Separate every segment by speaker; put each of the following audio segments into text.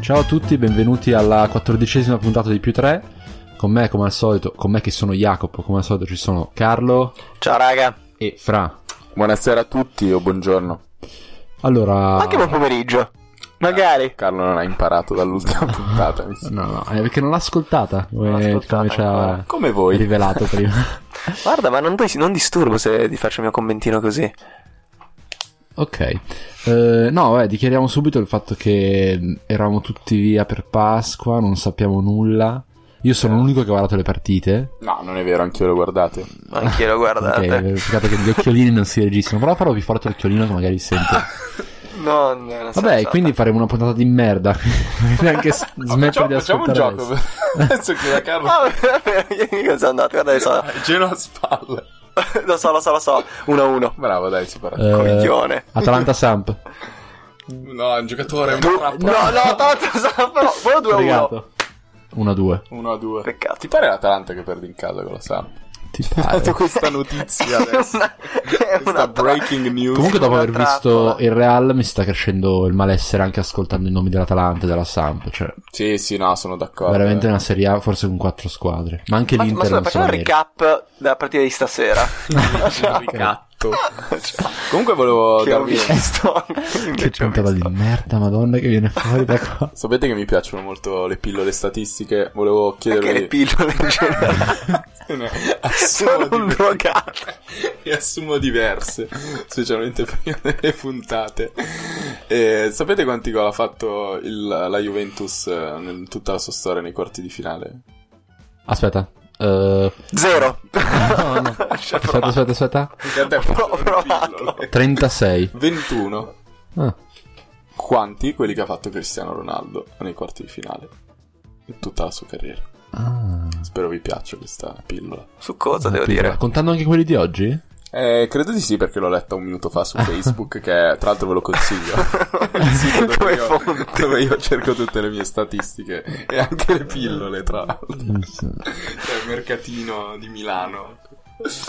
Speaker 1: Ciao a tutti, benvenuti alla quattordicesima puntata di Più 3. Con me, come al solito, con me che sono Jacopo, come al solito ci sono Carlo
Speaker 2: Ciao raga.
Speaker 1: e Fra.
Speaker 3: Buonasera a tutti o buongiorno.
Speaker 1: Allora...
Speaker 2: Anche buon pomeriggio. Magari.
Speaker 3: Carlo non ha imparato dall'ultima puntata. mi sa.
Speaker 1: No, no, è perché non l'ha ascoltata, come,
Speaker 2: l'ha ascoltata
Speaker 1: come ci ha
Speaker 2: ancora.
Speaker 3: Come voi.
Speaker 1: rivelato prima.
Speaker 2: Guarda, ma non, ti- non disturbo se ti faccio il mio commentino così.
Speaker 1: ok. Eh, no, vabbè, dichiariamo subito il fatto che eravamo tutti via per Pasqua, non sappiamo nulla. Io sono l'unico che ha guardato le partite.
Speaker 3: No, non è vero, anch'io lo guardate.
Speaker 2: Anch'io lo guardate.
Speaker 1: Ok, eh, peccato che gli occhiolini non si registrano. Però farò più forte l'occhiolino che magari sente.
Speaker 2: No, no, non so,
Speaker 1: Vabbè,
Speaker 2: so.
Speaker 1: quindi faremo una puntata di merda. Neanche s- smettere
Speaker 3: Facciamo,
Speaker 1: di
Speaker 3: facciamo un
Speaker 1: ascoltare.
Speaker 3: gioco.
Speaker 1: adesso.
Speaker 3: Adesso che la Carlo
Speaker 2: No, Ah, io sono andato, guarda, lo so.
Speaker 3: ha il gelo a spalle.
Speaker 2: Lo so, lo so, lo so. 1-1.
Speaker 3: Bravo, dai, si parla.
Speaker 1: Eh,
Speaker 2: Coglione.
Speaker 1: Atalanta Samp.
Speaker 3: No, è un giocatore, è
Speaker 2: Tu-
Speaker 3: una
Speaker 2: No,
Speaker 3: trappola.
Speaker 2: no, tanto però però 2-1.
Speaker 1: Fregato. 1-2.
Speaker 3: 1 a 2.
Speaker 2: Peccato.
Speaker 3: Ti pare l'Atalanta che perde in casa con la Samp?
Speaker 1: Ti
Speaker 3: Ho dato
Speaker 1: pare.
Speaker 3: questa notizia
Speaker 2: È
Speaker 3: adesso.
Speaker 2: una, è una
Speaker 3: Questa breaking news.
Speaker 1: Comunque, dopo
Speaker 2: una
Speaker 1: aver
Speaker 2: trappola.
Speaker 1: visto il Real, mi sta crescendo il malessere anche ascoltando i nomi dell'Atalanta e della Samp. Cioè,
Speaker 3: Sì, sì, no, sono d'accordo. Eh.
Speaker 1: veramente una Serie A, forse con 4 squadre. Ma anche
Speaker 2: Ma, ma
Speaker 1: l'Inter.
Speaker 2: scusa,
Speaker 1: non se
Speaker 2: facciamo
Speaker 1: la
Speaker 2: un
Speaker 1: merita.
Speaker 2: recap della partita di stasera.
Speaker 3: un ricatto. Comunque volevo
Speaker 2: che ho
Speaker 3: darvi
Speaker 2: visto.
Speaker 1: Che
Speaker 2: Invece ho
Speaker 1: puntata
Speaker 2: visto.
Speaker 1: di merda, madonna, che viene fuori da qua.
Speaker 3: Sapete che mi piacciono molto le pillole statistiche, volevo chiedervi...
Speaker 2: Perché le pillole in generale sono un
Speaker 3: assumo, di...
Speaker 2: drogato.
Speaker 3: ne assumo diverse, specialmente prima delle puntate. E sapete quanti gol ha fatto il- la Juventus eh, in tutta la sua storia nei quarti di finale?
Speaker 1: Aspetta. eh,
Speaker 2: Zero.
Speaker 1: no, no.
Speaker 2: Ci ho
Speaker 1: Aspetta, aspetta, aspetta.
Speaker 3: Perché a te
Speaker 2: Ho
Speaker 3: faccio le
Speaker 2: provato.
Speaker 3: pillole.
Speaker 1: 36.
Speaker 3: 21.
Speaker 1: Ah,
Speaker 3: Quanti quelli che ha fatto Cristiano Ronaldo nei quarti di finale? In tutta la sua carriera.
Speaker 1: ah.
Speaker 3: Spero vi piaccia questa pillola.
Speaker 2: Su cosa devo
Speaker 1: Quindi,
Speaker 2: dire?
Speaker 1: Contando anche quelli di oggi?
Speaker 3: Eh, credo di sì perché l'ho letta un minuto fa su Facebook che tra l'altro ve lo consiglio. Il sito dove
Speaker 2: Come
Speaker 3: io-
Speaker 2: fonte.
Speaker 3: dove io cerco tutte le mie statistiche e anche le pillole tra l'altro. Cioè il mercatino di Milano.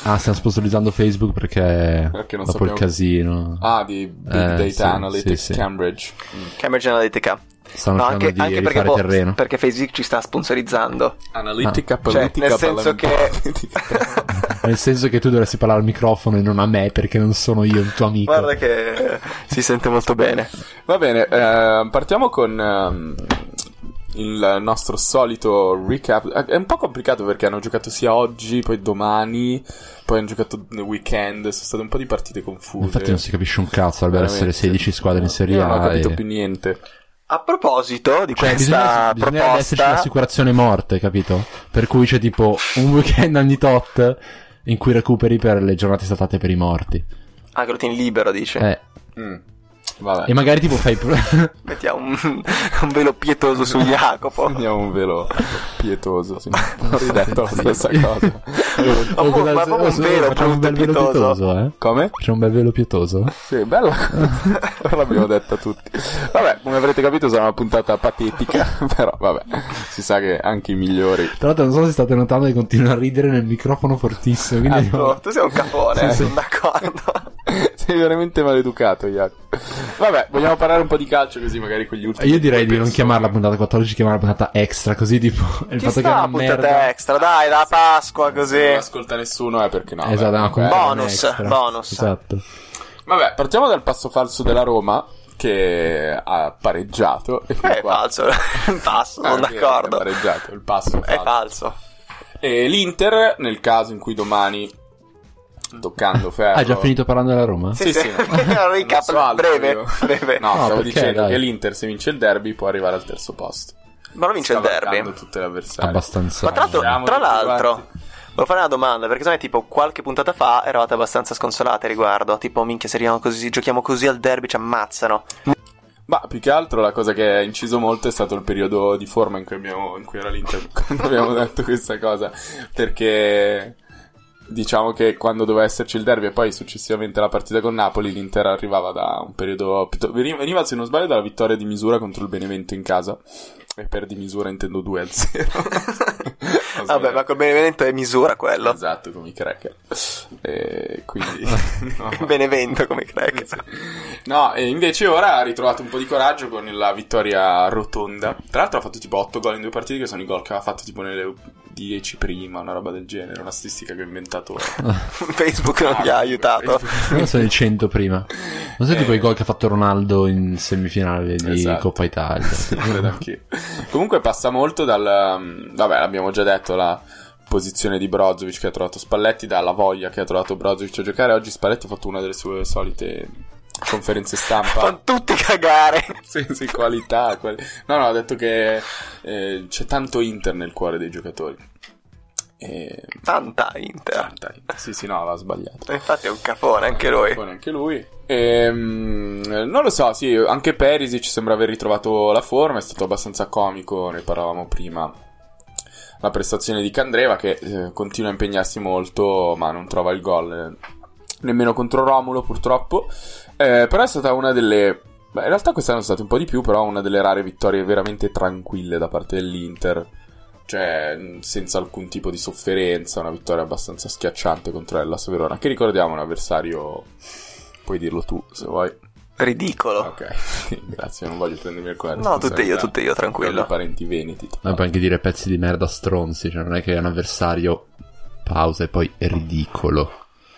Speaker 1: Ah, stiamo sponsorizzando Facebook perché
Speaker 3: Perché Eh, non
Speaker 1: dopo
Speaker 3: sappiamo-
Speaker 1: il casino
Speaker 3: Ah, di Big
Speaker 1: Eh,
Speaker 3: Data
Speaker 1: sì,
Speaker 3: Analytics
Speaker 1: sì, sì.
Speaker 3: Cambridge.
Speaker 2: Cambridge Analytica.
Speaker 1: stanno
Speaker 2: No,
Speaker 1: cercando
Speaker 2: anche,
Speaker 1: di
Speaker 2: anche perché,
Speaker 1: rifare
Speaker 2: boh,
Speaker 1: terreno.
Speaker 2: perché Facebook ci sta sponsorizzando.
Speaker 3: Analytica
Speaker 2: Cioè,
Speaker 3: politica
Speaker 2: nel senso che-
Speaker 3: parlamentare.
Speaker 1: Nel senso che tu dovresti parlare al microfono e non a me perché non sono io il tuo amico.
Speaker 2: Guarda che eh, si sente molto bene.
Speaker 3: Va bene, eh, partiamo con ehm, il nostro solito recap. Eh, È un po' complicato perché hanno giocato sia oggi, poi domani, poi hanno giocato nel weekend. Sono state un po' di partite confuse.
Speaker 1: Infatti
Speaker 2: eh.
Speaker 1: non si capisce un cazzo, dovrebbero essere
Speaker 3: Veramente.
Speaker 1: 16 squadre in Serie
Speaker 3: Io non ho
Speaker 1: A.
Speaker 3: capito
Speaker 1: e-
Speaker 3: più niente.
Speaker 2: A proposito di
Speaker 1: Cioè, bisogna,
Speaker 2: questa
Speaker 1: bisogna esserci
Speaker 2: proposta,
Speaker 1: l'assicurazione morte, capito? Per cui c'è tipo un weekend ogni tot in cui recuperi per le giornate statate per i morti.
Speaker 2: ah, che lo tieni libero, dice.
Speaker 1: Eh,
Speaker 3: Mm. Vabbè.
Speaker 1: e magari tipo fai...
Speaker 2: Mettiamo un, un velo pietoso su Jacopo.
Speaker 3: Andiamo un velo pietoso. Sì. Ho ridetto la stessa cosa.
Speaker 2: Ma proprio- ma proprio un velo
Speaker 1: Facciamo un bel
Speaker 2: brutto,
Speaker 1: velo
Speaker 2: pietoso.
Speaker 1: pietoso, eh?
Speaker 3: Come?
Speaker 1: Facciamo un bel velo pietoso?
Speaker 3: Sì, bella. Ora l'abbiamo detta tutti. Vabbè, come avrete capito, sarà una puntata patetica. Però, vabbè, si sa che anche i migliori
Speaker 1: Tra l'altro non so se state notando che continuo a ridere nel microfono fortissimo, quindi...
Speaker 3: Ah,
Speaker 2: Ecco, tu sei un capone, eh,
Speaker 3: Sì, sì.
Speaker 2: sono d'accordo.
Speaker 3: Sei veramente maleducato, Jacopo. Vabbè, vogliamo parlare un po' di calcio così magari con gli ultimi.
Speaker 1: Io direi di non
Speaker 3: penso.
Speaker 1: chiamarla puntata 14, chiamarla puntata extra, così tipo... Il
Speaker 2: Ci
Speaker 1: fatto
Speaker 2: sta
Speaker 1: che è
Speaker 2: la
Speaker 1: una
Speaker 2: puntata
Speaker 1: merda...
Speaker 2: extra, dai, la Pasqua
Speaker 3: Non
Speaker 2: così.
Speaker 3: ascolta nessuno, eh, perché no.
Speaker 1: Esatto,
Speaker 3: beh,
Speaker 1: no,
Speaker 3: beh.
Speaker 1: comunque è una
Speaker 2: Bonus,
Speaker 1: extra.
Speaker 2: bonus.
Speaker 1: Esatto.
Speaker 3: Eh, Vabbè, partiamo dal passo falso della Roma che ha pareggiato. E
Speaker 2: Eh,
Speaker 3: fin
Speaker 2: È
Speaker 3: qua-
Speaker 2: falso, il passo,
Speaker 3: Ah,
Speaker 2: sono
Speaker 3: è vero,
Speaker 2: d'accordo.
Speaker 3: Ha pareggiato, il passo
Speaker 2: È
Speaker 3: falso.
Speaker 2: falso.
Speaker 3: E l'Inter, nel caso in cui domani, toccando ferro...
Speaker 1: Hai Ah, già finito parlando della Roma?
Speaker 3: Sì,
Speaker 2: Sì,
Speaker 3: sì.
Speaker 2: sì. Un recap
Speaker 3: Non so altro
Speaker 2: breve,
Speaker 3: io.
Speaker 2: breve.
Speaker 3: No,
Speaker 1: No,
Speaker 3: stavo
Speaker 1: Ah, perché,
Speaker 3: dicendo
Speaker 1: dai.
Speaker 3: che l'Inter, se vince il derby, può arrivare al terzo posto.
Speaker 2: Ma non vince il derby.
Speaker 3: Cavalcando tutte le avversarie.
Speaker 1: Abbastanza.
Speaker 2: Ma tra l'altro,
Speaker 3: Siamo
Speaker 2: tra
Speaker 3: tutti
Speaker 2: l'altro
Speaker 3: quanti.
Speaker 2: volevo fare una domanda, perché sai, tipo, qualche puntata fa eravate abbastanza sconsolate riguardo. Tipo, minchia, se arriviamo così, giochiamo così al derby, ci ammazzano.
Speaker 3: Ma più che altro la cosa che ha inciso molto è stato il periodo di forma in cui, abbiamo, in cui era l'Inter quando abbiamo detto questa cosa. Perché diciamo che quando doveva esserci il derby e poi successivamente la partita con Napoli, l'Inter arrivava da un periodo. piutto- veniva- Veniva, se non sbaglio, dalla vittoria di misura contro il Benevento in casa. E per di misura intendo 2 0. cose.
Speaker 2: Vabbè, ma col Benevento è misura quello.
Speaker 3: Esatto, come i cracker. E quindi... no.
Speaker 2: Benevento come crack.
Speaker 3: Esatto. No, e invece ora ha ritrovato un po' di coraggio con la vittoria rotonda. Tra l'altro ha fatto tipo 8 gol in due partite, che sono i gol che aveva fatto tipo nelle 10 prima, una roba del genere, una statistica che ho inventato ora.
Speaker 2: Facebook non
Speaker 3: Esatto.
Speaker 2: vi ha aiutato.
Speaker 1: Non so il 100 prima. Non so
Speaker 3: Eh.
Speaker 1: tipo i gol che ha fatto Ronaldo in semifinale di
Speaker 3: Esatto.
Speaker 1: Coppa Italia.
Speaker 3: Credo anch'io. Comunque passa molto dal... mm, Vabbè, l'abbiamo già detto, la posizione di Brozovic che ha trovato Spalletti, dalla voglia che ha trovato Brozovic a giocare. Oggi Spalletti ha fatto una delle sue solite conferenze stampa.
Speaker 2: Fanno tutti cagare.
Speaker 3: Sì, sì, qualità. quali- No, no, ha detto che eh, c'è tanto Inter nel cuore dei giocatori. E...
Speaker 2: Tanta Inter.
Speaker 3: Tanta Inter. Sì, sì, no, aveva sbagliato.
Speaker 2: Infatti è un capone anche lui.
Speaker 3: Poi neanche lui. Ehm, non lo so, sì, anche Perisic sembra aver ritrovato la forma, è stato abbastanza comico, ne parlavamo prima. La prestazione di Candreva che eh, continua a impegnarsi molto, ma non trova il gol eh, nemmeno contro Romulo purtroppo. Eh, però è stata una delle Beh, in realtà quest'anno sono state un po' di più, però una delle rare vittorie veramente tranquille da parte dell'Inter. Cioè, mh, senza alcun tipo di sofferenza, una vittoria abbastanza schiacciante contro l'Hellas Verona. Che ricordiamo, è un avversario... Puoi dirlo tu, se vuoi.
Speaker 2: Ridicolo.
Speaker 3: Ok, grazie, non voglio prendermi alcuna
Speaker 2: No, tutte io,
Speaker 3: responsabilità.
Speaker 2: tutte io,
Speaker 3: Ricordo
Speaker 2: tranquillo.
Speaker 3: i parenti veneti. tra
Speaker 1: Ma puoi anche dire pezzi di merda stronzi, cioè non è che è un avversario pausa e poi è ridicolo.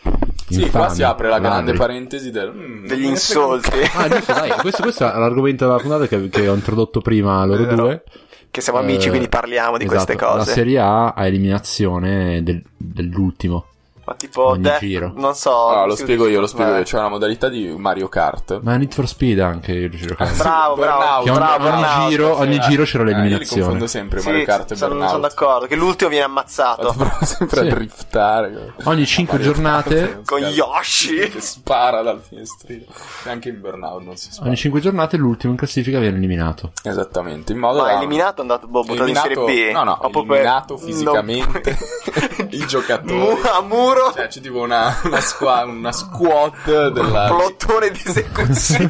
Speaker 1: Ah,
Speaker 3: Sì, qua
Speaker 1: Infami,
Speaker 3: si apre la grande
Speaker 1: ladri.
Speaker 3: parentesi del... mm,
Speaker 2: Degli
Speaker 3: me ne frega un
Speaker 2: insulti.
Speaker 1: Ah, giusto, dai, questo, questo è l'argomento della puntata che, che ho introdotto prima loro
Speaker 2: Vero.
Speaker 1: due.
Speaker 2: Che siamo amici,
Speaker 1: Eh,
Speaker 2: quindi parliamo di queste
Speaker 1: esatto, La
Speaker 2: cose.
Speaker 1: Serie A ha eliminazione del- dell'ultimo.
Speaker 2: Ma tipo
Speaker 1: Ogni
Speaker 2: Death-
Speaker 1: giro.
Speaker 2: non so. eh.
Speaker 3: No, Ah, lo
Speaker 2: si-
Speaker 3: spiego io, lo spiego
Speaker 2: Vabbè.
Speaker 3: io. C'è una modalità di Mario Kart.
Speaker 1: Ma Need for Speed anche io ci
Speaker 2: Eh,
Speaker 1: giocavo.
Speaker 3: Sì,
Speaker 2: Bravo, bravo,
Speaker 3: Burnout.
Speaker 1: Che ogni,
Speaker 2: bravo,
Speaker 1: ogni
Speaker 2: bravo.
Speaker 1: giro, ogni giro c'era
Speaker 3: Eh, io li confondo
Speaker 1: l'eliminazione.
Speaker 3: sempre
Speaker 2: Sì,
Speaker 3: Mario Kart e
Speaker 2: sono,
Speaker 3: Burnout.
Speaker 2: sono d'accordo, che l'ultimo viene ammazzato
Speaker 3: Prova sempre
Speaker 1: Sì.
Speaker 3: a driftare.
Speaker 1: Ogni 5
Speaker 3: Mario Kart
Speaker 1: giornate,
Speaker 2: con Yoshi.
Speaker 3: Che spara dal finestrino. Neanche in Burnout non si spara.
Speaker 1: ogni 5 giornate l'ultimo in classifica viene eliminato.
Speaker 3: Esattamente, in modo
Speaker 2: Ma
Speaker 3: da...
Speaker 2: eliminato è andato boh, buttato in Serie
Speaker 3: Eliminato-
Speaker 2: B.
Speaker 3: no, no,
Speaker 2: Ma proprio-
Speaker 3: eliminato
Speaker 2: non-
Speaker 3: fisicamente i giocatori.
Speaker 2: Mu- a muro,
Speaker 3: Cioè, c'è tipo una, una, squa- una squad della...
Speaker 2: plottone di esecuzione.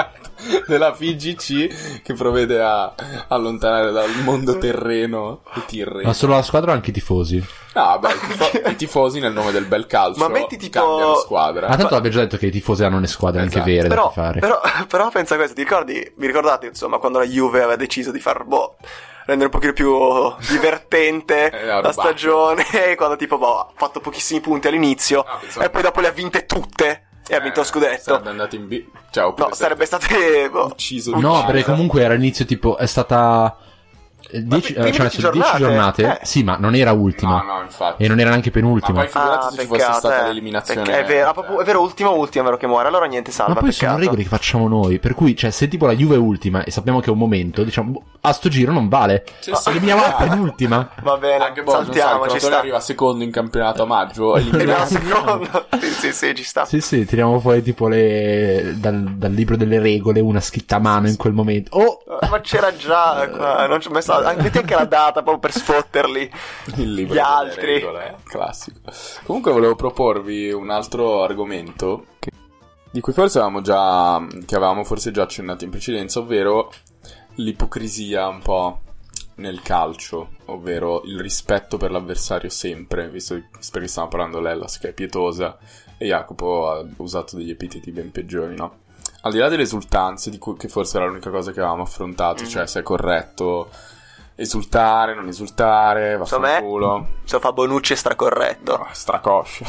Speaker 3: Esatto, della FIGC che provvede a allontanare dal mondo terreno i tirreni.
Speaker 1: Ma solo la squadra o anche i tifosi?
Speaker 3: No, beh, i, tifo- i tifosi nel nome del bel calcio
Speaker 2: Ma metti tipo-
Speaker 3: cambiano squadra.
Speaker 1: Ah, tanto abbiamo già detto che i tifosi hanno le squadre
Speaker 3: Esatto.
Speaker 1: anche vere da
Speaker 2: però,
Speaker 1: fare.
Speaker 2: però, però pensa a questo, ti ricordi? Mi ricordate insomma quando la Juve aveva deciso di far boh, rendere un pochino più divertente
Speaker 3: Eh, ha
Speaker 2: la
Speaker 3: rubato.
Speaker 2: stagione, quando tipo boh, ha fatto pochissimi punti all'inizio
Speaker 3: Ah, pensavo-
Speaker 2: e Eh, poi dopo le ha vinte tutte e ha vinto
Speaker 3: Eh,
Speaker 2: lo scudetto.
Speaker 3: Sarebbe andato in B. Cioè, oppure
Speaker 2: No, sarebbe stato eh, boh,
Speaker 3: ucciso di
Speaker 1: No,
Speaker 3: mano.
Speaker 1: perché comunque era inizio tipo è stata 10
Speaker 2: prima
Speaker 1: cioè,
Speaker 2: di
Speaker 1: su 10
Speaker 2: giornate,
Speaker 1: giornate.
Speaker 2: eh.
Speaker 1: Sì, ma non era ultima
Speaker 3: No, no, infatti.
Speaker 1: e non era neanche
Speaker 3: Ma
Speaker 1: penultima.
Speaker 3: poi figurati
Speaker 2: Ah,
Speaker 3: se ci fosse
Speaker 2: peccato,
Speaker 3: stata
Speaker 2: eh.
Speaker 3: l'eliminazione.
Speaker 2: Perché È vero, ah, proprio- è vero, ultimo, ultimo, è vero che muore. Allora niente, salva.
Speaker 1: Ma poi sono
Speaker 2: peccato.
Speaker 1: regole che facciamo noi, per cui cioè se tipo la Juve è ultima e sappiamo che è un momento, diciamo boh, a sto giro non vale.
Speaker 3: Sì, sì.
Speaker 1: Eliminiamo la penultima.
Speaker 2: Va bene,
Speaker 3: Anche boh,
Speaker 2: saltiamo,
Speaker 3: non so, il
Speaker 2: ci
Speaker 3: Crotone
Speaker 2: sta.
Speaker 3: arriva secondo in campionato a maggio.
Speaker 2: Arriva
Speaker 3: Elimina...
Speaker 2: la seconda. sì, sì, sì, ci sta.
Speaker 1: Sì, sì, tiriamo fuori tipo le dal, dal libro delle regole una scritta a mano in quel momento. Oh,
Speaker 2: Eh, Ma c'era già qua, non ci ho messo la- anche metti anche la data proprio per sfotterli.
Speaker 3: il libro
Speaker 2: Gli
Speaker 3: delle
Speaker 2: altri.
Speaker 3: regole, eh, classico. Comunque volevo proporvi un altro argomento che- di cui forse avevamo già che avevamo forse già accennato in precedenza, ovvero l'ipocrisia un po' nel calcio, ovvero il rispetto per l'avversario sempre, visto che perché stiamo parlando dell'Ellas che è pietosa e Jacopo ha usato degli epiteti ben peggiori, no? Al di là delle esultanze, di cui, che forse era l'unica cosa che avevamo affrontato,
Speaker 2: Mm.
Speaker 3: cioè se è corretto esultare, non esultare, vaffanculo.
Speaker 2: Insomma, fa Bonucci è stracorretto.
Speaker 3: No, è stracoscio.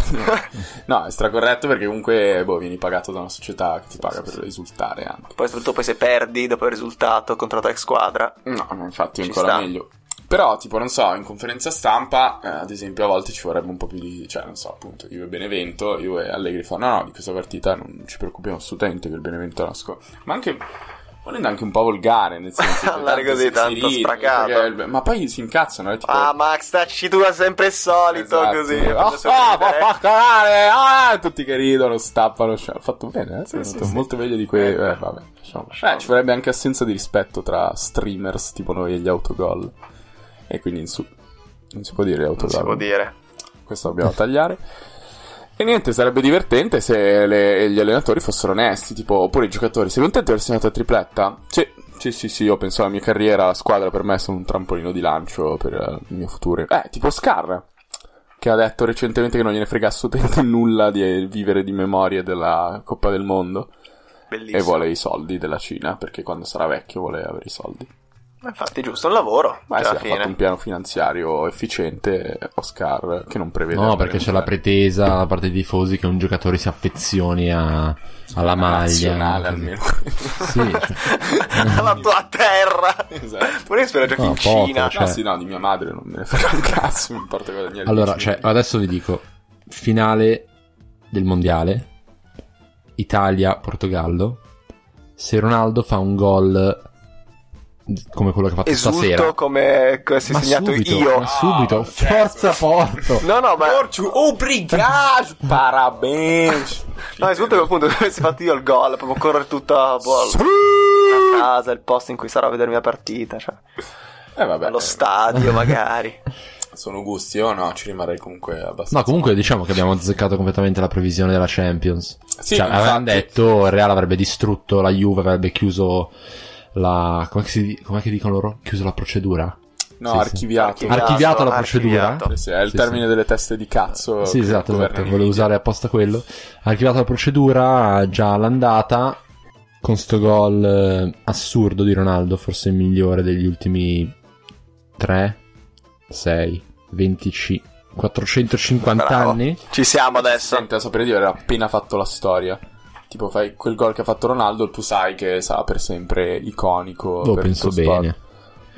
Speaker 3: no, è stracorretto perché comunque boh, vieni pagato da una società che ti paga per esultare anche.
Speaker 2: Poi soprattutto poi se perdi dopo il risultato contro la tua ex squadra.
Speaker 3: No, ma infatti è
Speaker 2: Ci
Speaker 3: ancora
Speaker 2: sta.
Speaker 3: meglio. Però, tipo, non so, in conferenza stampa, eh, ad esempio, a volte ci vorrebbe un po' più di... Cioè, non so, appunto, Juve e Benevento, Juve e Allegri fanno no, no, di questa partita non ci preoccupiamo assolutamente che il Benevento nasca. Ma anche... Volendo anche un po' volgare, nel senso... che
Speaker 2: Andare così,
Speaker 3: si- si
Speaker 2: tanto
Speaker 3: ridono,
Speaker 2: stracato.
Speaker 3: perché il- Ma poi si incazzano, eh, tipo...
Speaker 2: Ah, Max, tacci tu è sempre il solito
Speaker 3: Esatto.
Speaker 2: così.
Speaker 3: Ah,
Speaker 2: Adesso
Speaker 3: ah,
Speaker 2: ridere.
Speaker 3: fa cagare! Ah, tutti che ridono, stappano. cioè, ha fatto bene, eh? è andato molto meglio di quei. Eh, vabbè, lasciamo- Eh, ci vorrebbe anche assenza di rispetto tra streamers tipo noi e gli autogol. E quindi insu- non si può dire autogol.
Speaker 2: non si può dire.
Speaker 3: Questo dobbiamo tagliare. E niente, sarebbe divertente se le- gli allenatori fossero onesti, tipo, oppure i giocatori. Sei contento di aver segnato la tripletta? Sì, Sì, sì, sì, io penso alla mia carriera, la squadra per me è stato un trampolino di lancio per eh, il mio futuro. Eh, tipo Scar, che ha detto recentemente che non gliene frega assolutamente nulla di vivere di memoria della Coppa del Mondo
Speaker 2: Bellissimo.
Speaker 3: e vuole i soldi della Cina, perché quando sarà vecchio vuole avere i soldi.
Speaker 2: Ma Infatti, giusto, un lavoro.
Speaker 3: Ma
Speaker 2: cioè,
Speaker 3: sì,
Speaker 2: alla
Speaker 3: ha fatto un
Speaker 2: fine.
Speaker 3: piano finanziario efficiente, eh, Oscar, che non prevede...
Speaker 1: No, perché c'è la pretesa da parte dei tifosi che un giocatore si affezioni a- alla maglia.
Speaker 3: Nazionale almeno.
Speaker 1: Sì,
Speaker 2: Alla tua terra.
Speaker 3: esatto.
Speaker 2: Pure io spero giochi
Speaker 1: No,
Speaker 2: in
Speaker 1: poco,
Speaker 2: Cina.
Speaker 1: cioè.
Speaker 3: No, sì, no, di mia madre non me ne frega un cazzo, non importa cosa niente.
Speaker 1: Allora, cioè, adesso vi dico: finale del mondiale, Italia-Portogallo. Se Ronaldo fa un gol come quello che ha fatto stasera,
Speaker 2: Esulto come, come si è
Speaker 1: ma
Speaker 2: segnato
Speaker 1: subito,
Speaker 2: io. certo.
Speaker 1: ma subito,
Speaker 3: Ah,
Speaker 1: forza Porto.
Speaker 2: No, no, ma.
Speaker 3: Porciu, obrigado, parabéns.
Speaker 2: No, esulto che appunto dove si è fatto io il gol. Proprio correre tutta boh, la casa, il posto in cui sarò a vedermi la partita. Cioè,
Speaker 3: Eh vabbè,
Speaker 2: allo stadio, magari.
Speaker 3: sono gusti, io no, ci rimarrei comunque abbastanza.
Speaker 1: No, comunque diciamo che abbiamo azzeccato completamente la previsione della Champions.
Speaker 3: Sì,
Speaker 1: cioè, avevano
Speaker 3: infatti.
Speaker 1: detto il Real avrebbe distrutto la Juve, avrebbe chiuso la. Com'è che, si- com'è che dicono loro? Chiuso la procedura?
Speaker 3: No,
Speaker 1: Sì, sì.
Speaker 3: archiviato.
Speaker 2: Archiviato.
Speaker 1: Archiviata la procedura?
Speaker 2: archiviato.
Speaker 3: Eh Sì, sì, è il
Speaker 1: Sì,
Speaker 3: termine
Speaker 1: sì.
Speaker 3: delle teste di cazzo.
Speaker 1: Sì,
Speaker 3: che
Speaker 1: esatto,
Speaker 3: governano
Speaker 1: esatto,
Speaker 3: in
Speaker 1: volevo
Speaker 3: India.
Speaker 1: usare apposta quello. Archivata la procedura, già all'andata, con sto gol eh, assurdo di Ronaldo, forse il migliore degli ultimi 3, 6, 25, 450
Speaker 2: Bravo.
Speaker 1: anni.
Speaker 2: Ci siamo
Speaker 3: Si
Speaker 2: adesso.
Speaker 3: sente a sapere di aver appena fatto la storia. Tipo, fai quel gol che ha fatto Ronaldo, tu sai che sarà per sempre iconico.
Speaker 1: Boh,
Speaker 3: per
Speaker 1: penso
Speaker 3: tutto sport.
Speaker 1: bene.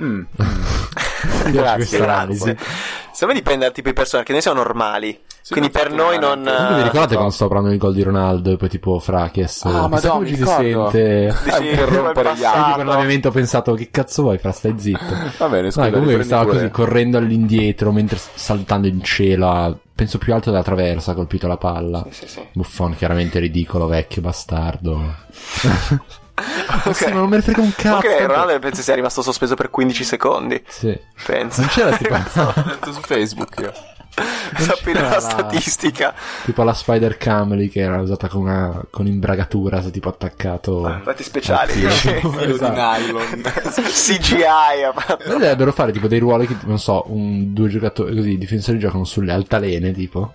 Speaker 3: Mm.
Speaker 1: Mi piace
Speaker 3: Grazie,
Speaker 1: questa analisi.
Speaker 2: Grazie. Secondo me dipende dal tipo di persone, che noi siamo
Speaker 1: Eh,
Speaker 2: normali.
Speaker 3: Sì,
Speaker 2: Quindi per noi non-
Speaker 3: fortunatamente.
Speaker 1: Comunque vi ricordate
Speaker 3: eh, no.
Speaker 1: quando stavo parlando del gol di Ronaldo e poi tipo Fra ha chiesto
Speaker 3: Ah,
Speaker 1: "Chissà
Speaker 3: Madonna,
Speaker 1: come ci
Speaker 3: mi
Speaker 1: si
Speaker 3: ricordo." Esatto.
Speaker 1: sente?
Speaker 3: Dici,
Speaker 1: Ah, per
Speaker 3: come
Speaker 1: rompere
Speaker 3: è
Speaker 1: gli altri.
Speaker 2: passato?
Speaker 1: Io per un momento ho pensato che cazzo vuoi Fra stai zitto.
Speaker 3: Va bene, Eh, scusa,
Speaker 1: No, comunque
Speaker 3: riprendi
Speaker 1: stava
Speaker 3: pure.
Speaker 1: così correndo all'indietro mentre saltando in cielo, a- penso più alto della traversa, ha colpito la palla.
Speaker 2: Sì, sì, sì.
Speaker 1: Buffon chiaramente ridicolo, vecchio bastardo.
Speaker 2: Ok.
Speaker 1: Ah, Sì, ma non me ne frega un cazzo.
Speaker 2: Ok, Ronaldo penso sia rimasto sospeso per 15 secondi.
Speaker 1: Sì.
Speaker 2: Penso.
Speaker 1: Non c'era tipo,
Speaker 3: Ho detto su Facebook io.
Speaker 2: Sapere
Speaker 1: c'era
Speaker 2: la
Speaker 1: la-
Speaker 2: statistica.
Speaker 1: tipo la Spider Cam lì che era usata con, una- con imbragatura, se tipo attaccato.
Speaker 2: Fatti speciali.
Speaker 1: al filo.
Speaker 3: Filo
Speaker 1: Oh. Esatto.
Speaker 3: di nylon.
Speaker 2: CGI ha fatto.
Speaker 1: Noi dovrebbero fare tipo dei ruoli che, non so, un, due giocatori così, i difensori giocano sulle altalene, tipo.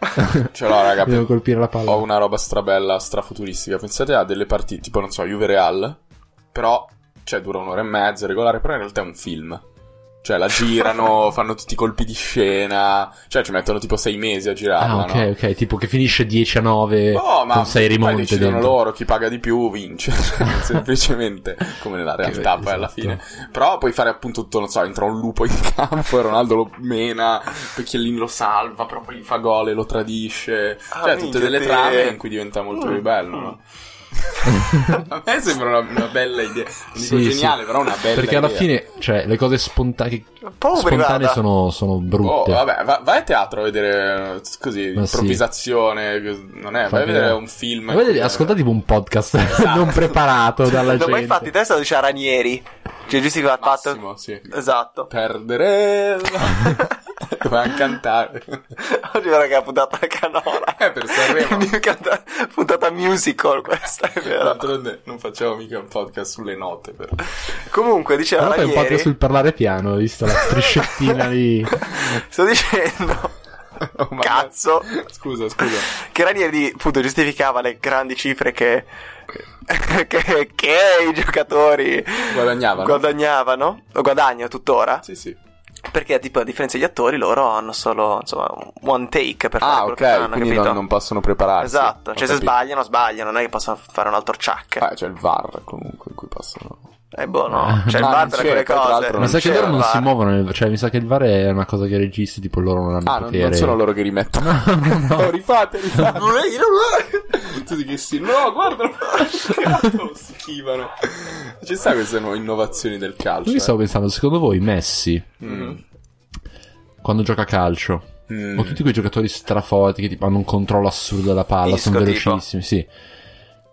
Speaker 3: Ce l'ho, raga.
Speaker 1: Devono colpire la palla.
Speaker 3: Ho una roba strabella, strafuturistica. Pensate a delle partite, tipo, non so, Juve Real. Però, cioè, dura un'ora e mezza, regolare, però in realtà è un film. Cioè, la girano, fanno tutti i colpi di scena. Cioè, ci mettono tipo sei mesi a girarla,
Speaker 1: Ah, ok, ok, tipo che finisce 10 a 9
Speaker 3: no? Oh, ma
Speaker 1: con 6
Speaker 3: poi
Speaker 1: rimonte
Speaker 3: decidono
Speaker 1: dentro.
Speaker 3: loro chi paga di più vince semplicemente come nella
Speaker 1: Che
Speaker 3: realtà
Speaker 1: bello,
Speaker 3: poi alla
Speaker 1: esatto.
Speaker 3: fine però puoi fare appunto tutto non so entra un lupo in campo e Ronaldo lo mena poi Chiellini lo salva però poi gli fa gol e lo tradisce
Speaker 2: Ah,
Speaker 3: cioè
Speaker 2: minchia,
Speaker 3: tutte delle
Speaker 2: te.
Speaker 3: trame in cui diventa molto
Speaker 2: Mm.
Speaker 3: più bello no? a me sembra una, una bella idea non dico
Speaker 1: Sì,
Speaker 3: geniale
Speaker 1: sì.
Speaker 3: però una bella
Speaker 1: Perché
Speaker 3: idea
Speaker 1: alla fine, cioè, le cose sponta- che-
Speaker 2: Poveri,
Speaker 1: spontanee
Speaker 2: guarda.
Speaker 1: sono, sono
Speaker 3: Oh,
Speaker 1: brutte.
Speaker 3: vabbè, va- vai a teatro a vedere eh, così,
Speaker 1: Ma sì.
Speaker 3: improvvisazione, non è,
Speaker 1: Fa
Speaker 3: vai a vedere
Speaker 1: vedere-
Speaker 3: un film.
Speaker 1: Ma vedete,
Speaker 3: Eh,
Speaker 1: ascolta tipo un podcast
Speaker 3: Esatto.
Speaker 1: non preparato dalla
Speaker 2: No,
Speaker 1: gente.
Speaker 2: Cioè, ma infatti te stato dice Ranieri. Cioè, giustifica il fatto.
Speaker 3: Massimo, sì.
Speaker 2: Esatto.
Speaker 3: Perdere. Vai a cantare.
Speaker 2: Oggi guarda che ha puntato la canola.
Speaker 3: Eh, per Sanremo.
Speaker 2: Mi canta- puntata musical questa, è vero.
Speaker 3: D'altronde non facciamo mica un podcast sulle note, però.
Speaker 2: Comunque, diceva
Speaker 1: Allora fai un
Speaker 2: Ranieri.
Speaker 1: podcast sul parlare piano, hai visto la strisciettina lì.
Speaker 2: Sto dicendo
Speaker 3: Oh, ma-
Speaker 2: Cazzo.
Speaker 3: Scusa, scusa.
Speaker 2: che Ranieri appunto giustificava le grandi cifre che, che, che i giocatori
Speaker 3: Guadagnavano.
Speaker 2: guadagnavano, o guadagnano tuttora,
Speaker 3: Sì, sì.
Speaker 2: perché tipo a differenza degli attori loro hanno solo insomma un- one take per fare
Speaker 3: Ah,
Speaker 2: quello che fanno,
Speaker 3: ok, quindi
Speaker 2: capito?
Speaker 3: non, non possono prepararsi.
Speaker 2: Esatto,
Speaker 3: Ho
Speaker 2: cioè se
Speaker 3: capito.
Speaker 2: sbagliano sbagliano, non è che possono fare un altro chuck.
Speaker 3: Ah, c'è il VAR comunque in cui possono.
Speaker 2: Eh boh, no, c'è il
Speaker 3: Ah,
Speaker 2: bar
Speaker 3: non
Speaker 2: per
Speaker 3: c'è,
Speaker 2: quelle
Speaker 3: tra
Speaker 2: cose.
Speaker 3: l'altro
Speaker 1: Ma sai che
Speaker 2: c'è
Speaker 1: loro
Speaker 2: il
Speaker 1: non
Speaker 2: bar.
Speaker 1: si muovono, nel- cioè mi sa che il VAR è una cosa che i registi tipo loro non hanno
Speaker 3: Ah, non,
Speaker 1: potere.
Speaker 3: non sono loro che rimettono.
Speaker 1: No, no.
Speaker 3: Oh, rifate, rifate. Tutti che sì. No, guarda. Cazzo, schivano. Ci sta queste nuove innovazioni del calcio.
Speaker 1: Io mi
Speaker 3: eh.
Speaker 1: stavo pensando, secondo voi Messi,
Speaker 3: Mm.
Speaker 1: quando gioca a calcio,
Speaker 3: Mm.
Speaker 1: o tutti quei giocatori straforti che tipo hanno un controllo assurdo della palla,
Speaker 2: Isco,
Speaker 1: sono
Speaker 2: tipo.
Speaker 1: velocissimi, sì.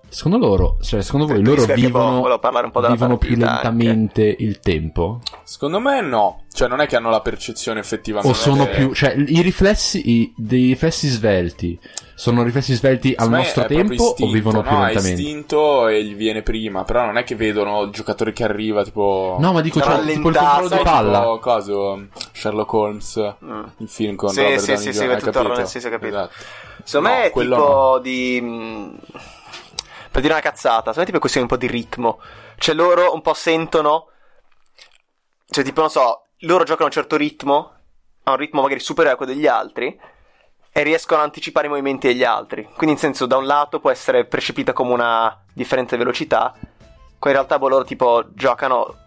Speaker 1: Secondo loro, cioè secondo voi
Speaker 2: Capisco
Speaker 1: loro
Speaker 2: perché
Speaker 1: vivono,
Speaker 2: vo- volevo parlare un po' della
Speaker 1: vivono più
Speaker 2: partita
Speaker 1: lentamente il tempo?
Speaker 3: Secondo me no, cioè non è che hanno la percezione
Speaker 1: O
Speaker 3: effettivamente.
Speaker 1: sono più, cioè i riflessi, i- dei riflessi svelti, sono riflessi svelti al
Speaker 3: Secondo me
Speaker 1: nostro
Speaker 3: è proprio
Speaker 1: tempo
Speaker 3: istinto,
Speaker 1: o vivono più
Speaker 3: no? È
Speaker 1: lentamente?
Speaker 3: istinto e gli viene prima, però non è che vedono il giocatore che arriva tipo...
Speaker 1: No, ma dico, cioè, tipo il
Speaker 2: Rallentato,
Speaker 1: controllo di
Speaker 3: sai,
Speaker 1: palla.
Speaker 3: tipo, coso, Sherlock Holmes,
Speaker 2: Mm.
Speaker 3: il film con
Speaker 2: Sì,
Speaker 3: Robert
Speaker 2: sì,
Speaker 3: Downey
Speaker 2: sì, sì,
Speaker 3: Jr.,
Speaker 2: va
Speaker 3: hai
Speaker 2: tutto
Speaker 3: capito?
Speaker 2: al- sì, sì, ho capito.
Speaker 3: Esatto.
Speaker 2: Secondo
Speaker 3: No,
Speaker 2: me è
Speaker 3: quello
Speaker 2: tipo
Speaker 3: no.
Speaker 2: di. mh, Per dire una cazzata, secondo me è tipo questione un po' di ritmo. Cioè, loro un po' sentono. Cioè, tipo, non so, loro giocano a un certo ritmo, a un ritmo magari superiore a quello degli altri. E riescono a anticipare i movimenti degli altri. Quindi, in senso, da un lato può essere percepita come una differente velocità. Qua in realtà boh, loro tipo giocano.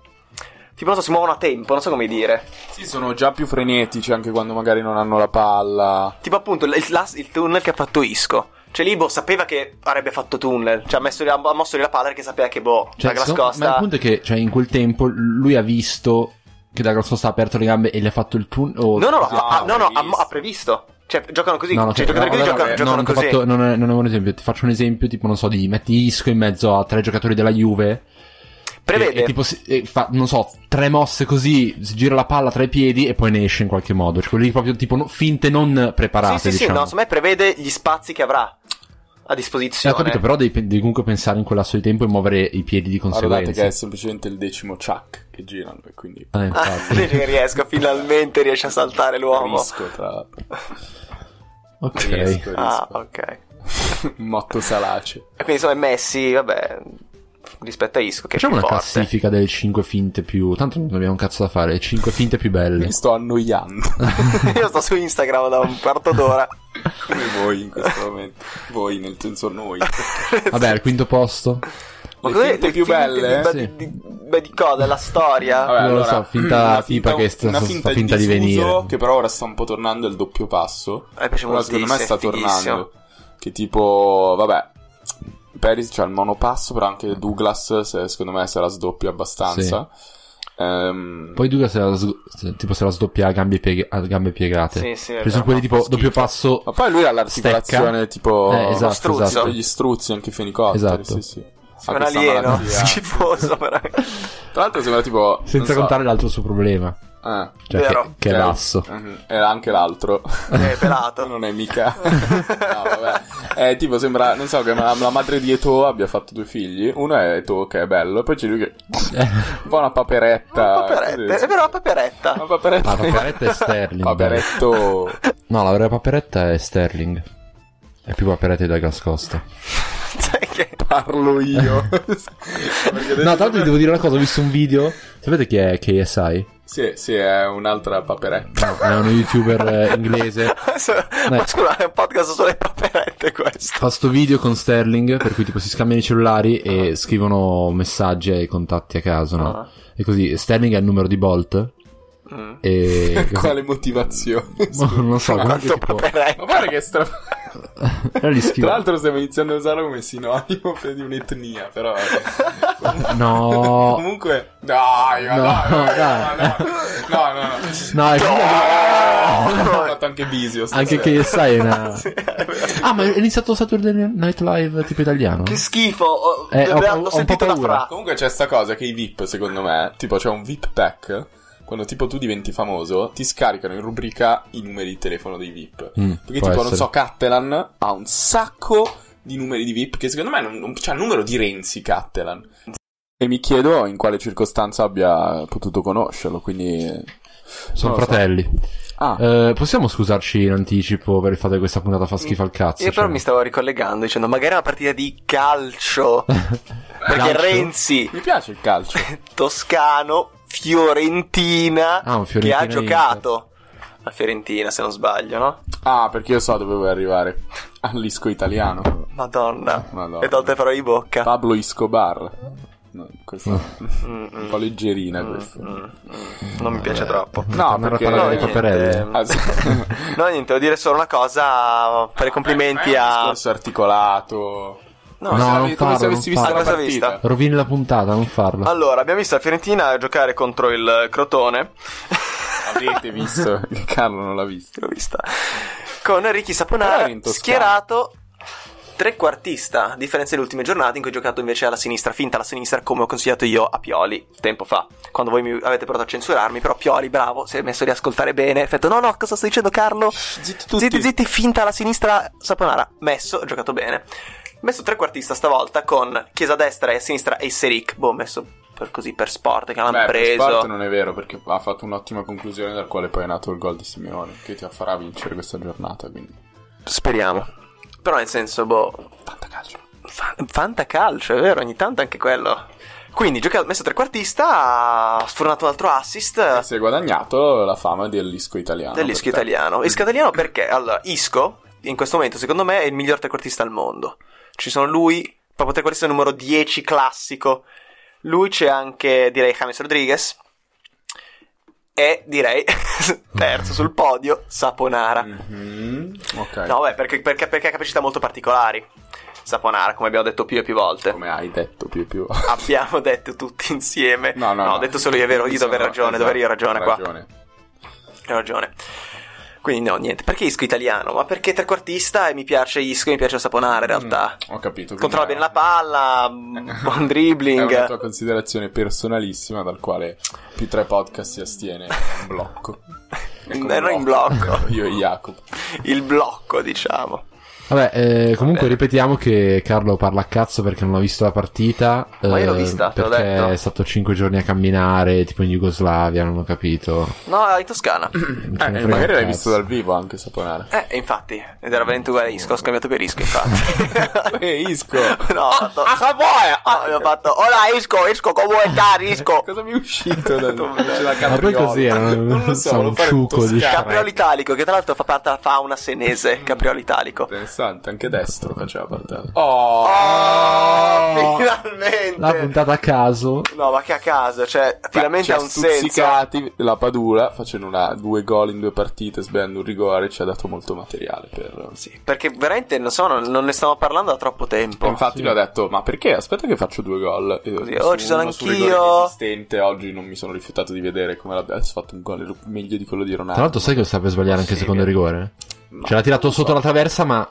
Speaker 2: Tipo, non so, si muovono a tempo, non so come dire.
Speaker 3: Sì, sono già più frenetici anche quando magari non hanno la palla.
Speaker 2: Tipo appunto il, il- la- il tunnel che ha fatto Isco. Cioè lì boh sapeva che avrebbe fatto tunnel. Cioè ha, messo, lì- ha mosso lì la palla perché sapeva che boh,
Speaker 1: Cioè,
Speaker 2: la Glass
Speaker 1: secondo- Ma
Speaker 2: Costa...
Speaker 1: il punto è che cioè, in quel tempo lui ha visto che Douglas Costa ha aperto le gambe e le ha fatto il tunnel. o-
Speaker 2: No, no, no,
Speaker 3: No,
Speaker 2: ha, no, no, ha-
Speaker 3: previsto.
Speaker 2: ha previsto. Cioè giocano così.
Speaker 1: No, no,
Speaker 2: cioè, i
Speaker 1: cioè,
Speaker 2: giocatori
Speaker 1: no,
Speaker 2: così
Speaker 3: allora,
Speaker 2: giocano,
Speaker 3: eh,
Speaker 1: no,
Speaker 2: giocano
Speaker 1: non, ti ho
Speaker 2: così.
Speaker 1: fatto- non è, non è un esempio. Ti faccio un esempio, tipo, non so, di metti Isco in mezzo a tre giocatori della Juve.
Speaker 2: Prevede.
Speaker 1: E, e tipo, si- e fa, non so, tre mosse così, si gira la palla tra i piedi e poi ne esce in qualche modo. Cioè, quelli lì proprio tipo no- finte non preparate,
Speaker 2: sì, sì, sì,
Speaker 1: diciamo.
Speaker 2: no, secondo me prevede gli spazi che avrà a
Speaker 1: Eh,
Speaker 2: disposizione.
Speaker 1: ho capito, però devi, devi comunque pensare in quel lasso di tempo e muovere i piedi di
Speaker 3: Guardate che è
Speaker 1: conseguenza.
Speaker 3: semplicemente il decimo chuck che girano e quindi
Speaker 1: Eh,
Speaker 2: Ah,
Speaker 1: infatti.
Speaker 2: vedi che riesco, finalmente riesce a saltare l'uomo.
Speaker 3: risco tra l'altro.
Speaker 1: ok.
Speaker 3: Risco,
Speaker 2: Ah,
Speaker 3: risco.
Speaker 2: ok.
Speaker 3: Motto salace.
Speaker 2: E quindi insomma è Messi, vabbè, rispetto a Isco che
Speaker 1: Facciamo
Speaker 2: è
Speaker 1: una
Speaker 2: più forte.
Speaker 1: classifica delle 5 finte più. Tanto non abbiamo un cazzo da fare. 5 finte più belle.
Speaker 3: Mi sto annoiando.
Speaker 2: Io sto su Instagram da un quarto d'ora.
Speaker 3: Come voi in questo momento. Voi, nel senso noi.
Speaker 1: Vabbè, al quinto posto.
Speaker 3: Le
Speaker 2: cos'è-
Speaker 3: finte
Speaker 2: le
Speaker 3: più belle?
Speaker 2: Di, di, di- beh, di cosa? La storia?
Speaker 3: Vabbè,
Speaker 1: Ah, Non lo so, finta-
Speaker 3: una
Speaker 1: finta che sta-
Speaker 3: una
Speaker 1: sta
Speaker 3: finta,
Speaker 1: finta
Speaker 3: in
Speaker 1: di
Speaker 3: disuso,
Speaker 1: venire.
Speaker 3: Che però ora sta un po' tornando il doppio passo.
Speaker 2: A me piace
Speaker 3: Però secondo me
Speaker 2: moltissimo,
Speaker 3: sta
Speaker 2: Diciamo è fighissimo.
Speaker 3: tornando. Che tipo, vabbè. Paris c'ha il monopasso, però anche Douglas, se- secondo me, se la sdoppia abbastanza. Ehm,
Speaker 1: Poi Duca se la, sg- se- tipo se la sdoppia a gambe, piega- a gambe piegate.
Speaker 2: Sì, sì, è
Speaker 1: Ci sono
Speaker 2: vero,
Speaker 1: quelli
Speaker 2: no,
Speaker 1: tipo
Speaker 2: schifo.
Speaker 1: doppio passo.
Speaker 3: ma poi lui ha l'articolazione tipo
Speaker 1: Eh, esatto,
Speaker 2: struzzo.
Speaker 1: esatto.
Speaker 3: gli struzzi, anche i fenicotteri.
Speaker 1: Esatto.
Speaker 3: Sì, sì.
Speaker 2: È un
Speaker 3: Ha questa
Speaker 2: alieno,
Speaker 3: malattia.
Speaker 2: schifoso Eh, veramente.
Speaker 3: Tra l'altro sembra tipo...
Speaker 1: Senza
Speaker 3: non so,
Speaker 1: contare l'altro suo problema.
Speaker 3: eh,
Speaker 1: Cioè,
Speaker 2: Vero.
Speaker 1: che, che è
Speaker 3: ok.
Speaker 1: basso.
Speaker 3: Mhm, Era anche l'altro.
Speaker 2: È pelato.
Speaker 3: Non è mica. no, vabbè. Eh, tipo, sembra. Non so, che la, la madre di Eto abbia fatto due figli. Uno è Eto, che è bello, e poi c'è lui che.
Speaker 1: Eh,
Speaker 3: Un po' una paperetta.
Speaker 2: Una paperetta,
Speaker 3: così.
Speaker 2: è vero, una paperetta.
Speaker 3: Una paperetta.
Speaker 1: La paperetta è Sterling.
Speaker 3: Paperetto.
Speaker 1: No, la vera paperetta è Sterling. È più paperetta di Douglas Costa.
Speaker 2: Sai che...
Speaker 3: Parlo io.
Speaker 1: No, tra l'altro vi devo dire una cosa. Ho visto un video. Sapete chi è KSI?
Speaker 3: Sì, sì, è un'altra paperetta.
Speaker 1: No, è uno youtuber eh, inglese. Eh.
Speaker 2: Ma scusa, è un podcast sulle paperette questo.
Speaker 1: Fa sto video con Sterling, per cui tipo si scambiano i cellulari e scrivono messaggi ai contatti a caso, no?
Speaker 2: Ah.
Speaker 1: E così Sterling è il numero di Bolt
Speaker 2: Mm.
Speaker 1: e...
Speaker 3: Quale motivazione?
Speaker 1: Ma non lo so, comunque
Speaker 2: Quanto
Speaker 1: tipo...
Speaker 2: paperetta.
Speaker 3: Ma guarda che stra...
Speaker 1: Era gli scrivo-
Speaker 3: Tra l'altro stiamo iniziando a usarlo come sinonimo per- di un'etnia, però...
Speaker 1: No...
Speaker 3: Comunque, dai, ma
Speaker 1: No,
Speaker 3: dai, ma
Speaker 1: dai.
Speaker 3: dai, no, no, no, no.
Speaker 1: No, è
Speaker 3: Ho fatto anche Visio.
Speaker 1: Anche
Speaker 3: stasera.
Speaker 1: che sai è una...
Speaker 2: Sì, è vero.
Speaker 1: Ah, ma è iniziato Saturday Night Live tipo italiano?
Speaker 2: Che schifo, ho,
Speaker 1: Eh, ho-
Speaker 2: l'ho
Speaker 1: ho un po'
Speaker 2: sentito da
Speaker 1: paura.
Speaker 2: fra.
Speaker 3: Comunque c'è sta cosa che i VIP, secondo me, tipo c'è un VIP pack. Quando tipo tu diventi famoso, ti scaricano in rubrica i numeri di telefono dei VIP.
Speaker 1: Mm, può
Speaker 3: Perché tipo, non
Speaker 1: essere.
Speaker 3: so, Cattelan ha un sacco di numeri di VIP che secondo me non, non c'ha il numero di Renzi Cattelan. E mi chiedo in quale circostanza abbia potuto conoscerlo, quindi...
Speaker 1: Sono
Speaker 3: non lo so.
Speaker 1: fratelli.
Speaker 3: Ah,
Speaker 1: Eh, possiamo scusarci in anticipo per il fatto che questa puntata fa schifo al cazzo?
Speaker 2: Io però
Speaker 1: cioè.
Speaker 2: mi stavo ricollegando dicendo magari è una partita di calcio. perché
Speaker 1: Calcio?
Speaker 2: Renzi,
Speaker 3: mi piace il calcio.
Speaker 2: Toscano, Fiorentina,
Speaker 1: Ah, un Fiorentina
Speaker 2: che ha giocato la Fiorentina se non sbaglio, no?
Speaker 3: Ah, perché io so dove vuoi arrivare. All'isco italiano.
Speaker 2: Madonna,
Speaker 3: Madonna.
Speaker 2: le tolte parole di bocca.
Speaker 3: Pablo Escobar. No, questa
Speaker 2: Mm, mm,
Speaker 3: un po' leggerina
Speaker 2: mm,
Speaker 3: questa.
Speaker 2: mm, mm. Non mi
Speaker 1: Eh,
Speaker 2: piace troppo.
Speaker 3: No,
Speaker 1: Tornare a
Speaker 3: perché-
Speaker 1: parlare
Speaker 2: no, Eh,
Speaker 1: delle paperelle.
Speaker 3: Ah, sì.
Speaker 2: No, niente, devo dire solo una cosa. Fare i complimenti
Speaker 3: È un
Speaker 2: a.
Speaker 3: Eh, discorso articolato.
Speaker 2: No,
Speaker 1: No,
Speaker 3: Come se
Speaker 1: non
Speaker 3: avevi- come se
Speaker 1: farlo,
Speaker 3: avessi
Speaker 1: non
Speaker 3: visto la
Speaker 2: farlo. Ah, cosa hai
Speaker 3: partita.
Speaker 1: Rovini la puntata, non farlo.
Speaker 2: Allora, abbiamo visto la Fiorentina giocare contro il Crotone.
Speaker 3: Avete visto? Che Carlo non l'ha visto.
Speaker 2: L'ho vista. Con Ricky Saponara
Speaker 3: Però era in Toscana.
Speaker 2: schierato trequartista, a differenza delle ultime giornate in cui ho giocato invece alla sinistra, finta alla sinistra, come ho consigliato io a Pioli tempo fa, quando voi mi avete provato a censurarmi, però Pioli, bravo, si è messo lì a ascoltare bene, ha fatto no no, cosa sta dicendo Carlo?
Speaker 3: Zitti tutti.
Speaker 2: Zitti, zitti, finta alla sinistra, Saponara, messo, ha giocato bene. Messo trequartista stavolta con Chiesa a destra e a sinistra e Seric, boh, messo per così, per sport, che l'hanno
Speaker 3: Beh, per
Speaker 2: preso.
Speaker 3: Sport non è vero perché ha fatto un'ottima conclusione dal quale poi è nato il gol di Simeone che ti farà vincere questa giornata, quindi
Speaker 2: Speriamo. Però nel senso, boh,
Speaker 3: tanta calcio.
Speaker 2: Fa- Fantacalcio, è vero, ogni tanto anche quello. Quindi, gioca- messo trequartista, ha sfornato un altro
Speaker 3: E
Speaker 2: assist
Speaker 3: si è guadagnato la fama dell'isco italiano.
Speaker 2: dell'Isco
Speaker 3: perché-
Speaker 2: italiano. Isco italiano perché? Allora, Isco, in questo momento, secondo me, è il miglior trequartista al mondo. Ci sono lui, proprio trequartista numero 10 classico. Lui c'è anche, direi, James Rodriguez. E direi, terzo sul podio, Saponara.
Speaker 3: Mhm, Ok.
Speaker 2: No, beh, perché, perché, perché ha capacità molto particolari. Saponara, come abbiamo detto più e più volte.
Speaker 3: Come hai detto più e più.
Speaker 2: abbiamo detto tutti insieme.
Speaker 3: No, no, no.
Speaker 2: ho detto solo io, è vero, io
Speaker 3: Sono-
Speaker 2: dove hai ragione,
Speaker 3: esatto,
Speaker 2: dove io ho ragione qua.
Speaker 3: ragione.
Speaker 2: Hai ragione. Quindi no, niente, perché Isco italiano? Ma perché trequartista e mi piace Isco, mi piace Saponara in realtà.
Speaker 3: Mm, ho capito. quindi
Speaker 2: Controlla
Speaker 3: è-
Speaker 2: bene la palla, mm, buon
Speaker 3: È una tua
Speaker 2: dribbling.
Speaker 3: considerazione personalissima dal quale più tre podcast si astiene in blocco. Ecco,
Speaker 2: Ero in blocco.
Speaker 3: Io e Jacopo.
Speaker 2: Il blocco, diciamo.
Speaker 1: Vabbè, eh, comunque
Speaker 2: Vabbè.
Speaker 1: ripetiamo che Carlo parla a cazzo perché non ha visto la partita.
Speaker 2: Ma io l'ho
Speaker 1: eh,
Speaker 2: vista, te l'ho
Speaker 1: Perché
Speaker 2: detto.
Speaker 1: è stato 5 giorni a camminare, tipo in Jugoslavia, non ho capito.
Speaker 2: No, in Toscana.
Speaker 3: Eh,
Speaker 1: Non frega un
Speaker 3: magari l'hai
Speaker 1: cazzo.
Speaker 3: visto dal vivo anche Saponara.
Speaker 2: Eh, infatti, ed era veramente uguale a Isco, ho scambiato per Isco, infatti.
Speaker 3: Eh, Isco! Ah,
Speaker 2: No, ho fatto... No, mi ho fatto... Hola Isco, Isco, come stai Isco?
Speaker 3: Cosa mi è uscito dal
Speaker 2: Non
Speaker 3: c'è la
Speaker 1: Ma poi
Speaker 3: capriola.
Speaker 1: cos'era?
Speaker 3: Non lo so,
Speaker 1: Insomma,
Speaker 3: lo
Speaker 1: un
Speaker 3: fare
Speaker 1: ciuco di
Speaker 3: toscano.
Speaker 1: sciarpa.
Speaker 2: Capriolo italico, che tra l'altro fa parte della fauna senese. Capriolo italico.
Speaker 3: Interessante, anche destro faceva parte. Oh!
Speaker 2: Oh, finalmente!
Speaker 1: La puntata a caso.
Speaker 2: No, ma che a caso, cioè, finalmente
Speaker 3: Ci
Speaker 2: ha un senso.
Speaker 3: stuzzicati la Padula facendo una- due gol in due partite, sbagliando un rigore, ci ha dato molto materiale per...
Speaker 2: Sì, perché veramente, non so, non, non ne stiamo parlando da troppo tempo.
Speaker 3: E infatti
Speaker 1: sì.
Speaker 3: gli ho detto, ma perché? Aspetta che faccio due gol. E
Speaker 2: Così,
Speaker 3: su
Speaker 2: oh, ci sono
Speaker 3: uno, su un
Speaker 2: anch'io.
Speaker 3: rigore resistente, oggi non mi sono rifiutato di vedere come l'abbia adesso ha fatto un gol, era meglio di quello di
Speaker 1: Tra
Speaker 3: Ronaldo.
Speaker 1: l'altro, sai che sta per sbagliare anche il secondo rigore?
Speaker 3: Ma-
Speaker 1: Ce l'ha tirato sotto la traversa, ma.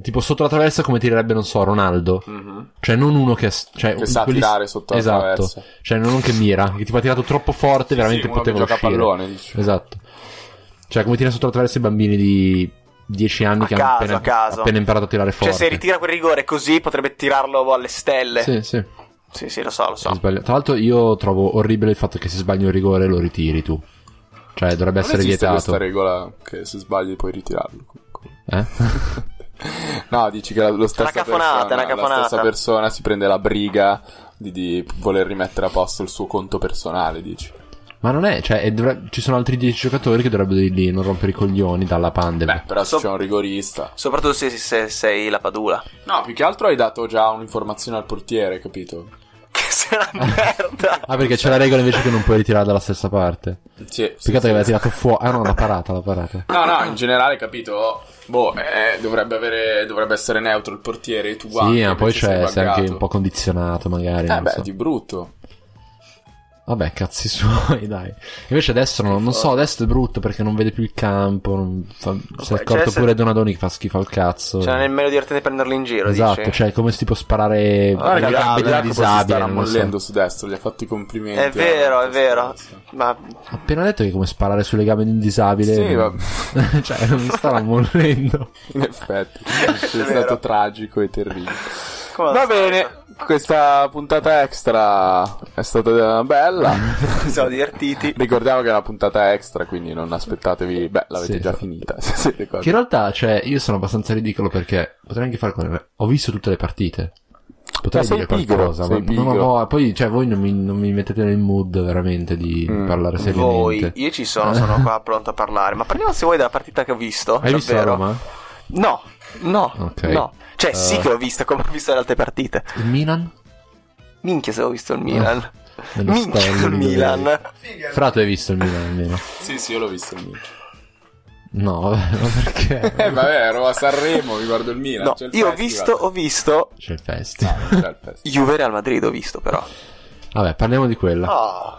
Speaker 1: Tipo sotto la traversa come tirerebbe, non so, Ronaldo.
Speaker 3: Mhm.
Speaker 1: Cioè, non uno che. Cioè,
Speaker 3: Che sa
Speaker 1: quelli-
Speaker 3: tirare sotto la
Speaker 1: esatto.
Speaker 3: traversa.
Speaker 1: Cioè, non uno che mira. Che tipo ha tirato troppo forte, veramente
Speaker 3: Sì, uno che
Speaker 1: poteva
Speaker 3: gioca a
Speaker 1: uscire.
Speaker 3: pallone, dici.
Speaker 1: Esatto. Cioè, come tira sotto la traversa i bambini di 10 anni
Speaker 2: A
Speaker 1: che
Speaker 2: caso,
Speaker 1: hanno appena,
Speaker 2: a caso.
Speaker 1: appena imparato a tirare
Speaker 2: Cioè,
Speaker 1: forte.
Speaker 2: se ritira quel rigore così, potrebbe tirarlo alle stelle. Sì,
Speaker 1: Sì, sì.
Speaker 2: sì, lo so, lo so.
Speaker 1: si sbaglia. Tra l'altro, io trovo orribile il fatto che se sbagli un rigore lo ritiri tu. Cioè, dovrebbe
Speaker 3: Non
Speaker 1: essere
Speaker 3: esiste questa
Speaker 1: vietato.
Speaker 3: regola che se sbagli puoi ritirarlo. comunque.
Speaker 1: Eh?
Speaker 3: No, dici che la, lo stessa
Speaker 2: cafonata,
Speaker 3: persona,
Speaker 2: una cafonata.
Speaker 3: la stessa persona si prende la briga di, di voler rimettere a posto il suo conto personale, dici.
Speaker 1: Ma non è, cioè, e dovre- ci sono altri 10 giocatori che dovrebbero dire lì non rompere i coglioni dalla pandemia.
Speaker 3: Beh, però se
Speaker 2: So-
Speaker 3: c'è un rigorista.
Speaker 2: Soprattutto se, se- se sei la padula.
Speaker 3: No, più che altro hai dato già un'informazione al portiere, capito?
Speaker 2: Che sei una merda.
Speaker 1: Ah, perché c'è la regola invece che non puoi ritirare dalla stessa parte.
Speaker 3: Sì, sì,
Speaker 1: Peccato che
Speaker 3: sì.
Speaker 1: aveva tirato fuori. Ah, no, l'ha parata, l'ha parata.
Speaker 3: No, no, in generale, capito? Boh, eh, dovrebbe, avere, dovrebbe essere neutro il portiere, tu guardi.
Speaker 1: sì, ma poi c'è, sei anche un po'
Speaker 3: con
Speaker 1: condizionato, magari.
Speaker 3: Eh
Speaker 1: non
Speaker 3: beh,
Speaker 1: so.
Speaker 3: di brutto.
Speaker 1: Vabbè, cazzi suoi, dai. Invece adesso non, non so, adesso è brutto perché non vede più il campo. non fa- si è
Speaker 2: cioè,
Speaker 1: accorto
Speaker 2: se-
Speaker 1: pure Donadoni che fa schifo al cazzo.
Speaker 2: Cioè, non è nemmeno divertente prenderlo in giro,
Speaker 1: esatto,
Speaker 2: dici?
Speaker 1: cioè è come se tipo sparare
Speaker 2: Guarda che
Speaker 1: alle gambe di una
Speaker 3: Jacopo si
Speaker 1: disabile.
Speaker 3: sta
Speaker 1: non lo so.
Speaker 3: mollendo su destra, gli ha fatto i complimenti.
Speaker 2: È vero,
Speaker 3: eh,
Speaker 2: è vero.
Speaker 3: Sì,
Speaker 2: Ma
Speaker 1: Ho Appena detto che è come sparare sulle gambe di un disabile.
Speaker 3: va-
Speaker 1: cioè, non mi stava mollendo.
Speaker 3: in effetti, è
Speaker 2: vero.
Speaker 3: stato tragico e terribile.
Speaker 2: come al
Speaker 3: Va
Speaker 2: solito.
Speaker 3: bene, questa puntata extra è stata bella.
Speaker 2: Ci siamo divertiti.
Speaker 3: Ricordiamo che è una puntata extra, quindi non aspettatevi. Beh, l'avete
Speaker 1: Sì,
Speaker 3: già
Speaker 1: sì.
Speaker 3: finita. Se siete qua.
Speaker 1: Che in realtà, cioè, io sono abbastanza ridicolo perché potrei anche fare quello. Ho visto tutte le partite. Potrei
Speaker 3: Ma sei
Speaker 1: dire
Speaker 3: pigro,
Speaker 1: qualcosa,
Speaker 3: sei
Speaker 1: ma non ho
Speaker 3: pigro.
Speaker 1: voglia. Poi, cioè, voi non mi, non mi mettete nel mood veramente di
Speaker 3: Mm.
Speaker 1: parlare seriamente.
Speaker 2: Voi, io ci sono, sono qua pronto a parlare. Ma parliamo se vuoi della partita che ho visto.
Speaker 1: Hai visto la
Speaker 2: davvero.
Speaker 1: Roma?
Speaker 2: No, no,
Speaker 1: Ok.
Speaker 2: no. Cioè, sì
Speaker 1: Eh.
Speaker 2: che l'ho vista, come ho visto le altre partite.
Speaker 1: Il Milan?
Speaker 2: Minchia se ho visto il Milan.
Speaker 1: Eh, Nello
Speaker 2: Minchia
Speaker 1: stadio
Speaker 2: il
Speaker 1: di
Speaker 2: Milan.
Speaker 1: Fra tu hai visto il Milan almeno?
Speaker 3: Sì, sì, io l'ho visto il Milan.
Speaker 1: No, vabbè, ma
Speaker 3: Eh,
Speaker 1: perché?
Speaker 3: vabbè, ero a Sanremo, mi guardo il Milan.
Speaker 2: No,
Speaker 3: c'è il
Speaker 2: io ho
Speaker 3: festival.
Speaker 2: visto, ho visto
Speaker 1: C'è il festival.
Speaker 3: No, non c'è il festival.
Speaker 2: Juve Real Madrid, ho visto però.
Speaker 1: Vabbè, parliamo di quella.
Speaker 2: Oh.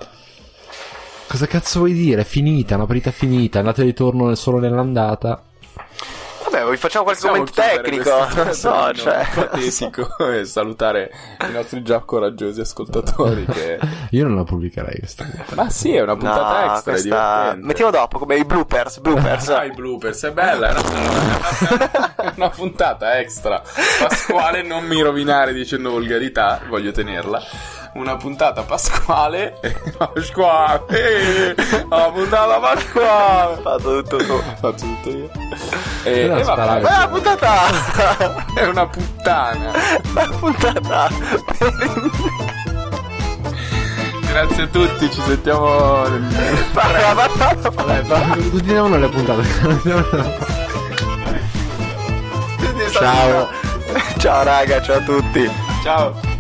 Speaker 1: Cosa cazzo vuoi dire? È finita, una partita finita, andata e ritorno nel- solo nell'andata.
Speaker 2: Vabbè, ho vi facciamo qualche
Speaker 3: Possiamo
Speaker 2: commento tecnico.
Speaker 3: chiudere
Speaker 2: Non
Speaker 3: questo
Speaker 2: so,
Speaker 3: anno
Speaker 2: cioè.
Speaker 3: patetico e salutare i nostri già coraggiosi ascoltatori che...
Speaker 1: Io non la pubblicherei questa.
Speaker 3: Ma sì, è una puntata
Speaker 2: No,
Speaker 3: extra, è
Speaker 2: questa...
Speaker 3: divertente.
Speaker 2: Mettiamo dopo come i bloopers, bloopers.
Speaker 3: Dai, bloopers, è bella, eh, è una, una puntata extra. Pasquale, non mi rovinare dicendo volgarità, voglio tenerla. Una puntata pasquale. Pasquale! eh, Una puntata
Speaker 2: Ho
Speaker 3: pasquale!
Speaker 2: Ah, fatto tutto tu.
Speaker 3: Faccio tutto io. E,
Speaker 1: Però
Speaker 3: e
Speaker 1: spara-
Speaker 2: Ma è una
Speaker 3: vabbè,
Speaker 2: puntata!
Speaker 3: è una puttana.
Speaker 2: È una puntata!
Speaker 3: Grazie a tutti, ci sentiamo. nel-
Speaker 1: Continuiamo le puntate.
Speaker 2: Ciao raga, ciao a tutti!
Speaker 3: Ciao.